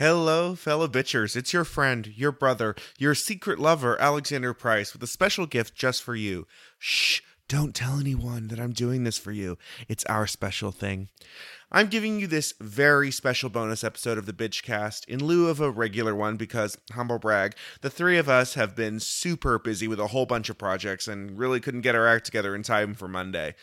Hello, fellow bitchers. It's your friend, your brother, your secret lover, Alexander Price, with a special gift just for you. Shh, don't tell anyone that I'm doing this for you. It's our special thing. I'm giving you this very special bonus episode of the Bitchcast in lieu of a regular one because, humble brag, the three of us have been super busy with a whole bunch of projects and really couldn't get our act together in time for Monday.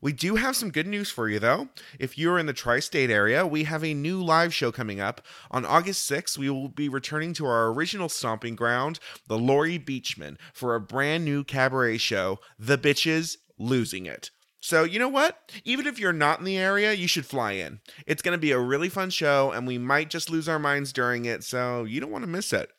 We do have some good news for you, though. If you're in the tri state area, we have a new live show coming up. On August 6th, we will be returning to our original stomping ground, the Lori Beachman, for a brand new cabaret show, The Bitches Losing It. So, you know what? Even if you're not in the area, you should fly in. It's going to be a really fun show, and we might just lose our minds during it, so you don't want to miss it.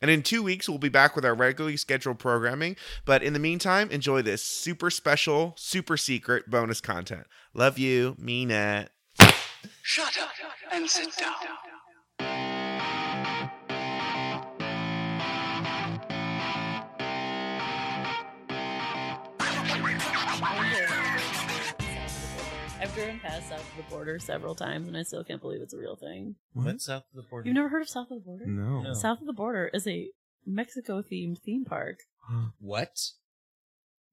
And in two weeks, we'll be back with our regularly scheduled programming. But in the meantime, enjoy this super special, super secret bonus content. Love you, mean it. Shut up and sit down. I've driven past south of the border several times, and I still can't believe it's a real thing. What? What's south of the border? You've never heard of South of the Border? No. South of the Border is a Mexico-themed theme park. What?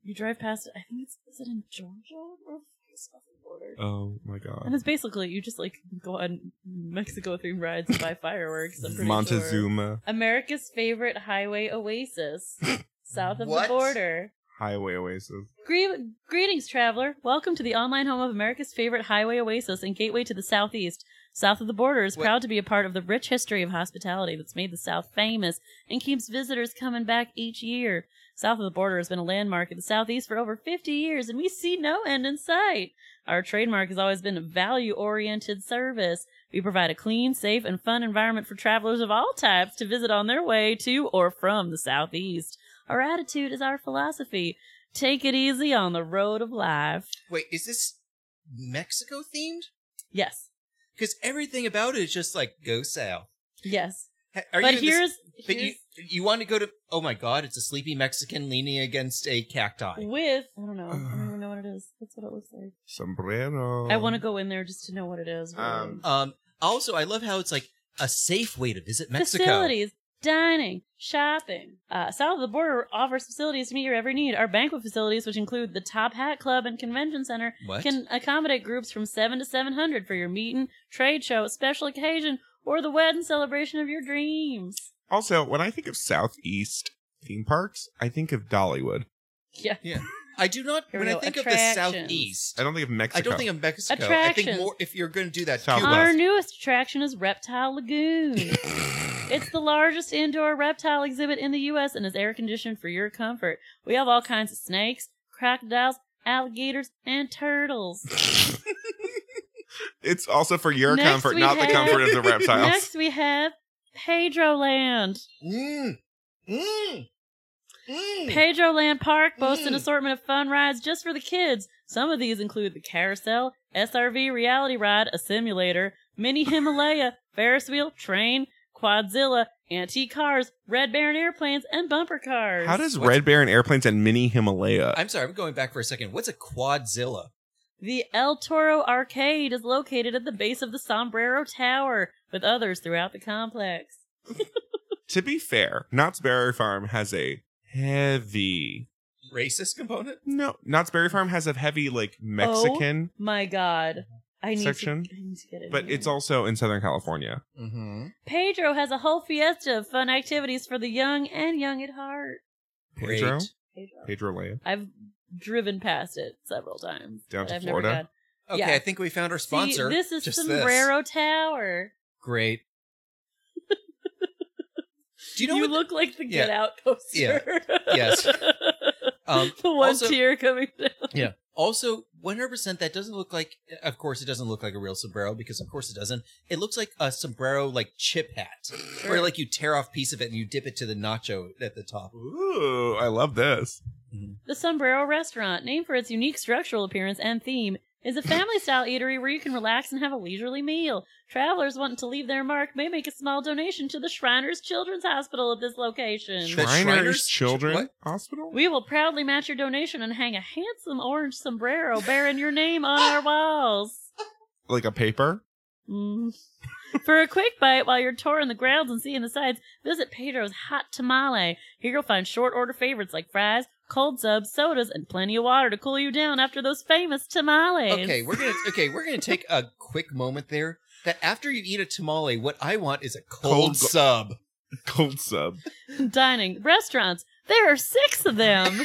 You drive past it. I think it's is it in Georgia or South of the Border? Oh my And god. it's basically you just like go on Mexico-themed rides and buy fireworks. I'm pretty sure. Montezuma America's favorite highway oasis, south of What? the border. Highway Oasis. Gre- greetings, traveler. Welcome to the online home of America's favorite highway oasis and gateway to the southeast. South of the border is What- proud to be a part of the rich history of hospitality that's made the South famous and keeps visitors coming back each year. South of the border has been a landmark of the southeast for over 50 years, and we see no end in sight. Our trademark has always been value oriented service. We provide a clean, safe, and fun environment for travelers of all types to visit on their way to or from the southeast. Our attitude is our philosophy. Take it easy on the road of life. Wait, is this Mexico themed? Yes. Because everything about it is just like go south. Yes. Ha- Are but you in this- here's, but you you want to go to? Oh my God! It's a sleepy Mexican leaning against a cacti. here's with I don't know. I don't even know what it is. That's what it looks like. Sombrero. I want to go in there just to know what it is. really. Um, Um. Also, I love how it's like a safe way to visit Mexico. Facilities, dining, shopping. Uh, south of the border offers facilities to meet your every need. Our banquet facilities, which include the Top Hat Club and Convention Center, What? can accommodate groups from seven to seven hundred for your meeting, trade show, special occasion, or the wedding celebration of your dreams. Also, when I think of Southeast theme parks, I think of Dollywood. Yeah. I do not. Here we when I go, think of attractions. the southeast, I don't think of Mexico. I don't think of Mexico. I Attractions. think more if you're going to do that, Southwest. Our Cuba. newest attraction is Reptile Lagoon. it's the largest indoor reptile exhibit in the U.S. and is air conditioned for your comfort. We have all kinds of snakes, crocodiles, alligators, and turtles. it's also for your Next comfort, we not the have- comfort of the reptiles. Next, we have Pedro Land. Mm. Mm. Mm. Pedro Land Park boasts an Mm. assortment of fun rides just for the kids. Some of these include the carousel, SRV reality ride, a simulator, mini Himalaya, Ferris wheel, train, quadzilla, antique cars, Red Baron airplanes, and bumper cars. How does What's- Red Baron airplanes and Mini Himalaya? I'm sorry. I'm going back for a second. What's a quadzilla? The El Toro Arcade is located at the base of the Sombrero Tower, with others throughout the complex. to be fair, Knott's Berry Farm has a heavy. Racist component? No, Knott's Berry Farm has a heavy like Mexican, My God, I need, Section? To, I need to get it. but it's also in Southern California. Mm-hmm. Pedro has a whole fiesta of fun activities for the young and young at heart. Pedro, Great. Pedro. Pedro Land. I've driven past it several times. Down but to I've Never Florida? gone. Okay, Yeah. I think we found our See, sponsor. this is Just Sombrero Tower. Great. Do You, you know what? look like the Yeah. Get Out poster. Yes. um, the one also- tear coming down. also, 100% that doesn't look like, of course, it doesn't look like a real sombrero because, of course, it doesn't. It looks like a sombrero like chip hat where like you tear off a piece of it and you dip it to the nacho at the top. Ooh, I love this. The Sombrero Restaurant, named for its unique structural appearance and theme, is a family style eatery where you can relax and have a leisurely meal. Travelers wanting to leave their mark may make a small donation to the Shriners Children's Hospital at this location. Sure. That Shriners- Children what? Hospital. We will proudly match your donation and hang a handsome orange sombrero bearing your name on our walls. like a paper. Mm. For a quick bite while you're touring the grounds and seeing the sights, visit Pedro's Hot Tamale. Here you'll find short order favorites like fries, cold subs, sodas, and plenty of water to cool you down after those famous tamales. Okay, we're gonna okay, we're gonna take a quick moment there. That after you eat a tamale, what I want is a cold, Cold go- sub. Cold sub. Dining restaurants. There are six of them.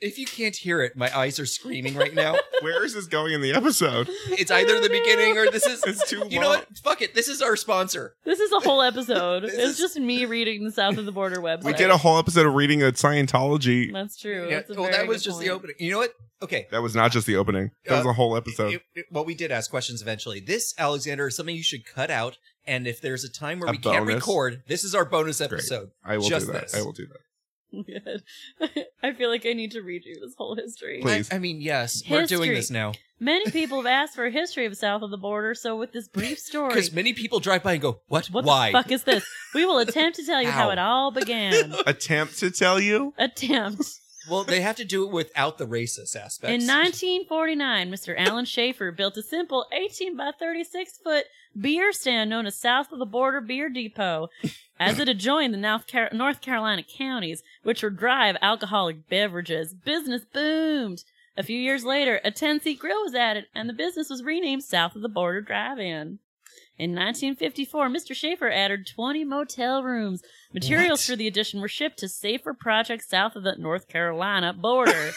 If you can't hear it, my eyes are screaming right now. Where is this going in the episode? It's either the beginning or this is. It's too long. You know what? Fuck it. This is our sponsor. This is a whole episode. This it's is- just me reading the South of the Border website. We did a whole episode of reading a Scientology. That's true. Yeah, That's a well, very that was good just the point. opening. You know what? Okay. That was not just the opening. That was a whole episode. uh, It- it- well, we did ask questions eventually. This, Alexander, is something you should cut out. And if there's a time where A we can't bonus? record, this is our bonus Great. episode. I will just do that. this. I will do that. Good. I feel like I need to read you this whole history. Please. I, I mean, yes, we're doing History. this now Many people have asked for a history of South of the Border, so with this brief story, because many people drive by and go, "What? what Why?" the fuck is this? We will attempt to tell you how How? it all began. Attempt to tell you? attempt. Well, they have to do it without the racist aspects. In 1949, Mr. Alan Schaefer built a simple 18 by 36 foot beer stand known as South of the Border Beer Depot, as it adjoined the North, Car- North Carolina counties, which would drive alcoholic beverages. Business boomed. A few years later, a 10 seat grill was added, and the business was renamed South of the Border Drive In. In 1954, Mr. Schaefer added 20 motel rooms. Materials What? for the addition were shipped to safer projects south of the North Carolina border.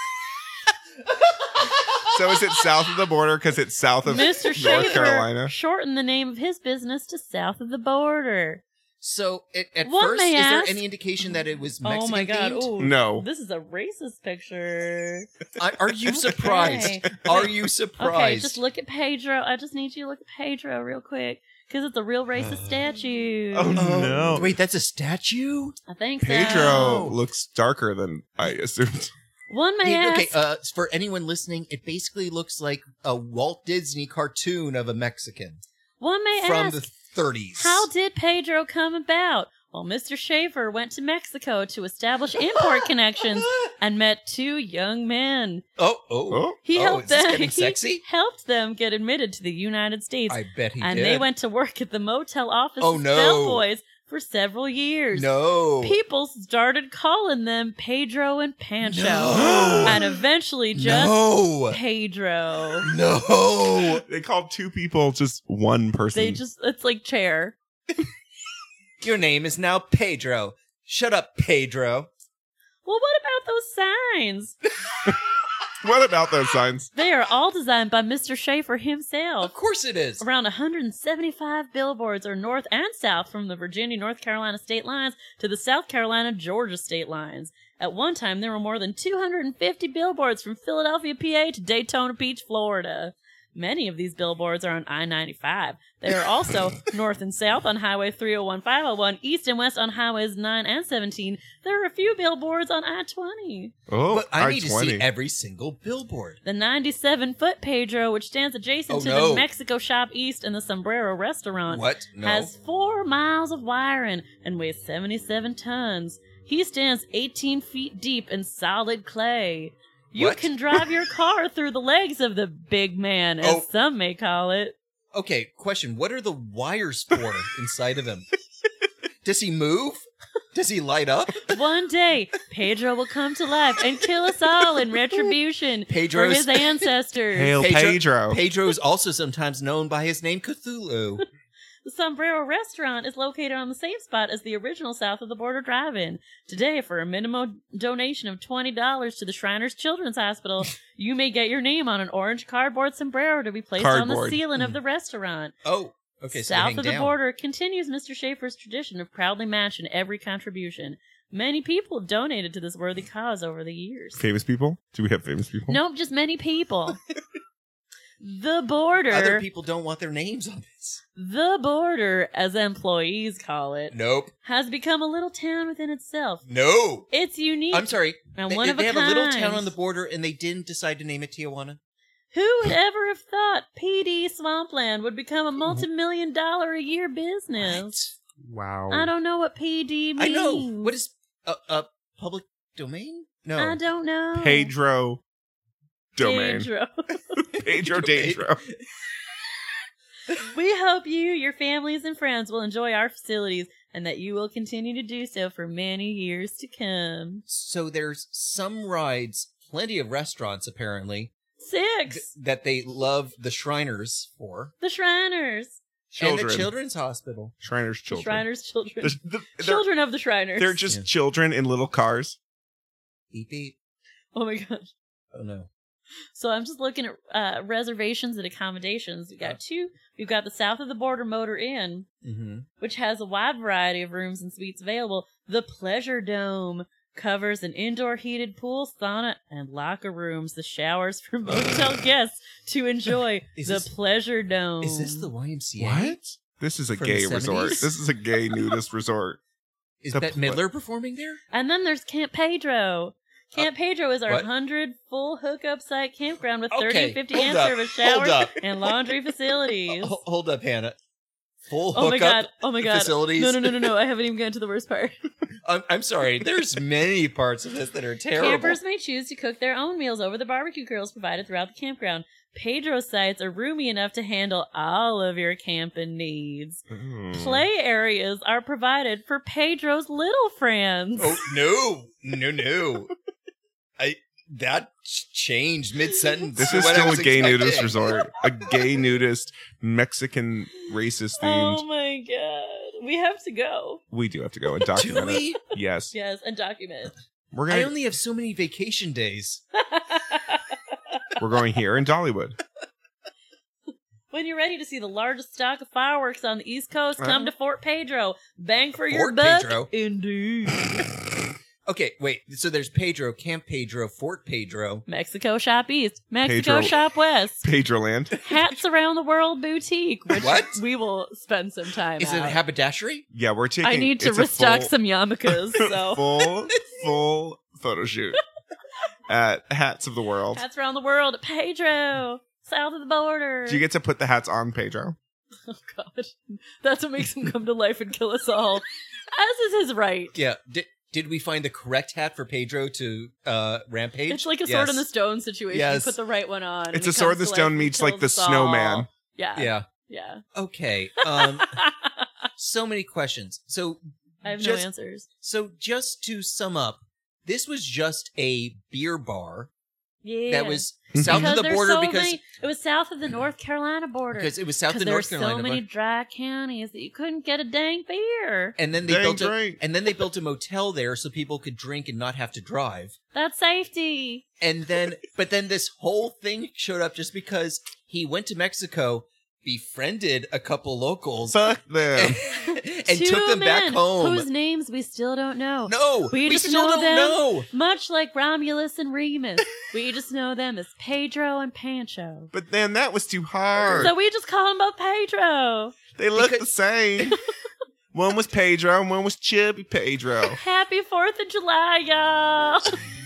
So is it south of the border because it's south of Mr. North Shaver Carolina? shortened the name of his business to South of the Border. so at, at What, first, may is I there ask? any indication that it was Mexican oh my god! themed? Ooh, No. this is a racist picture. I- Are you surprised? Okay. Are you Okay, surprised? just look at Pedro. I just need you to look at Pedro real quick because it's a real racist statue. Oh, no. Wait, that's a statue? I think so. Pedro No. looks darker than I assumed. One may The- ask. okay, uh, for anyone listening, it basically looks like a Walt Disney cartoon of a Mexican one may from ask. the 30s. How did Pedro come about? Well, Mr. Shaver went to Mexico to establish import connections and met two young men. Oh, oh. Oh, He Oh, helped is this them. getting he sexy? helped them get admitted to the United States, I bet he and did. they went to work at the motel office Oh, as no. bellboys for several years. No. People started calling them Pedro and Pancho, No. and eventually just No. Pedro. No. they called two people just one person. They just—it's like chair. Your name is now Pedro. Shut up, Pedro. Well, what about those signs? what about those signs? They are all designed by Mr. Schaefer himself. Of course it is. Around 175 billboards are north and south from the Virginia North Carolina state lines to the South Carolina Georgia state lines. At one time, there were more than 250 billboards from Philadelphia, PA to Daytona Beach, Florida. Many of these billboards are on I 95. They are also north and south on Highway 301, 501, east and west on Highways 9 and 17. There are a few billboards on I 20. Oh, but I need to see I-20. every single billboard. The 97 foot Pedro, which stands adjacent Oh, to the no. Mexico Shop East and the Sombrero Restaurant, What? No. has four miles of wiring and weighs 77 tons. He stands 18 feet deep in solid clay. You What? can drive your car through the legs of the big man, as Oh. some may call it. Okay, question. What are the wires for inside of him? Does he move? Does he light up? One day, Pedro will come to life and kill us all in retribution for Pedro's his ancestors. Hail Pedro- Pedro. Pedro is also sometimes known by his name Cthulhu. The Sombrero Restaurant is located on the same spot as the original South of the Border Drive In. Today, for a minimum donation of $20 to the Shriners Children's Hospital, you may get your name on an orange cardboard sombrero to be placed on the Cardboard. ceiling of the restaurant. Oh, Mm. okay. so they South hang of the down. Border continues Mr. Schaefer's tradition of proudly matching every contribution. Many people have donated to this worthy cause over the years. famous people? Do we have famous people? Nope, just many people. the Border. Other people don't want their names on this. the Border, as employees call it. Nope. has become a little town within itself. No. It's unique I'm sorry. and They, one of they a have kind. a little town on the border, and they didn't decide to name it Tijuana. Who would ever have thought PD Swampland would become Mm-hmm. a multi-million dollar a year business? Wow. I don't know what PD means. I know. What is uh, uh public domain? No. I don't know. Pedro domain. Pedro. Pedro Domain. Dandro. We hope you, your families, and friends will enjoy our facilities and that you will continue to do so for many years to come. So there's some rides, plenty of restaurants apparently th- Six, that they love the Shriners for, the Shriners. Children. and the Children's Hospital. Shriners The children. Shriners' children. There's- th- they're, children of the Shriners. they're just Yeah. children in little cars. Beep beep. Oh my gosh. Oh no. So I'm just looking at uh, reservations and accommodations. We've got two. We've got the South of the Border Motor Inn, Mm-hmm. which has a wide variety of rooms and suites available. The Pleasure Dome covers an indoor heated pool, sauna, and locker rooms. The showers for motel guests to enjoy. Is the this- Pleasure Dome. Is this the YMCA? This is a From gay the resort. 70s? This is a gay nudist resort. Is The Bette pl- Midler performing there? And then there's Camp Pedro. Camp Pedro is our Uh, what? 100 full hookup site campground with 30 Okay, and 50 hold amp up, service hold showers up. and laundry facilities. Ho- hold up, Hannah. Full Oh my hookup god! Oh my god! facilities. No, no, no, no, no! I haven't even gotten to the worst part. I'm, I'm sorry. There's many parts of this that are terrible. Campers may choose to cook their own meals over the barbecue grills provided throughout the campground. Pedro sites are roomy enough to handle all of your camping needs. Hmm. Hmm. Play areas are provided for Pedro's little friends. Oh no, no, no! I that changed mid sentence. This is still a gay nudist resort. A gay nudist, Mexican racist themed. Oh my god! We have to go. we do have to go and Do document it. we? Yes. Yes, and document. We're I going only have so many vacation days. we're going here in Dollywood. When you're ready to see the largest stock of fireworks on the East Coast, come Uh-huh. to Fort Pedro. Bang for your Fort buck. Pedro? Indeed. Okay, wait. So there's Pedro, Camp Pedro, Fort Pedro. Mexico Shop East, Mexico Pedro. Shop West, Pedro Land. Hats Around the World Boutique, which What? we will spend some time Is it at. haberdashery? Yeah, we're taking I need to it's a restock full- some yarmulkes, so. full full photo shoot at Hats of the World. Hats Around the World, Pedro, south of the border. Do you get to put the hats on, Pedro? oh, God. That's what makes him come to life and kill us all, as is his right. Yeah. Did, did we find the correct hat for Pedro to uh, rampage? It's like a Yes. sword in the stone situation. Yes. You put the right one on. and It's he a sword in comes the to stone life and meets, like, kills the us all. snowman. Yeah. Yeah. Yeah. Okay. Um, so many questions. So I have Just- no answers. so just to sum up, this was just a beer bar Yeah. that was south Because of the there's border so because many- it was south of the North Carolina border. because it was south Because of there were North so Carolina. but- many dry counties that you couldn't get a dang beer. and then they Dang built a, drink. and then they built a motel there so people could drink and not have to drive. That's safety. And then but then this whole thing showed up just because he went to Mexico, befriended a couple locals, Fuck them. and, and Two took them back men home. Whose names we still don't know. no, We we, just still know don't them. know. Much like Romulus and Remus, we just know them as Pedro and Pancho. but then that was too hard. So we just call them both Pedro. they look the because- same. one was Pedro and one was chubby Pedro. Happy Fourth of July, y'all.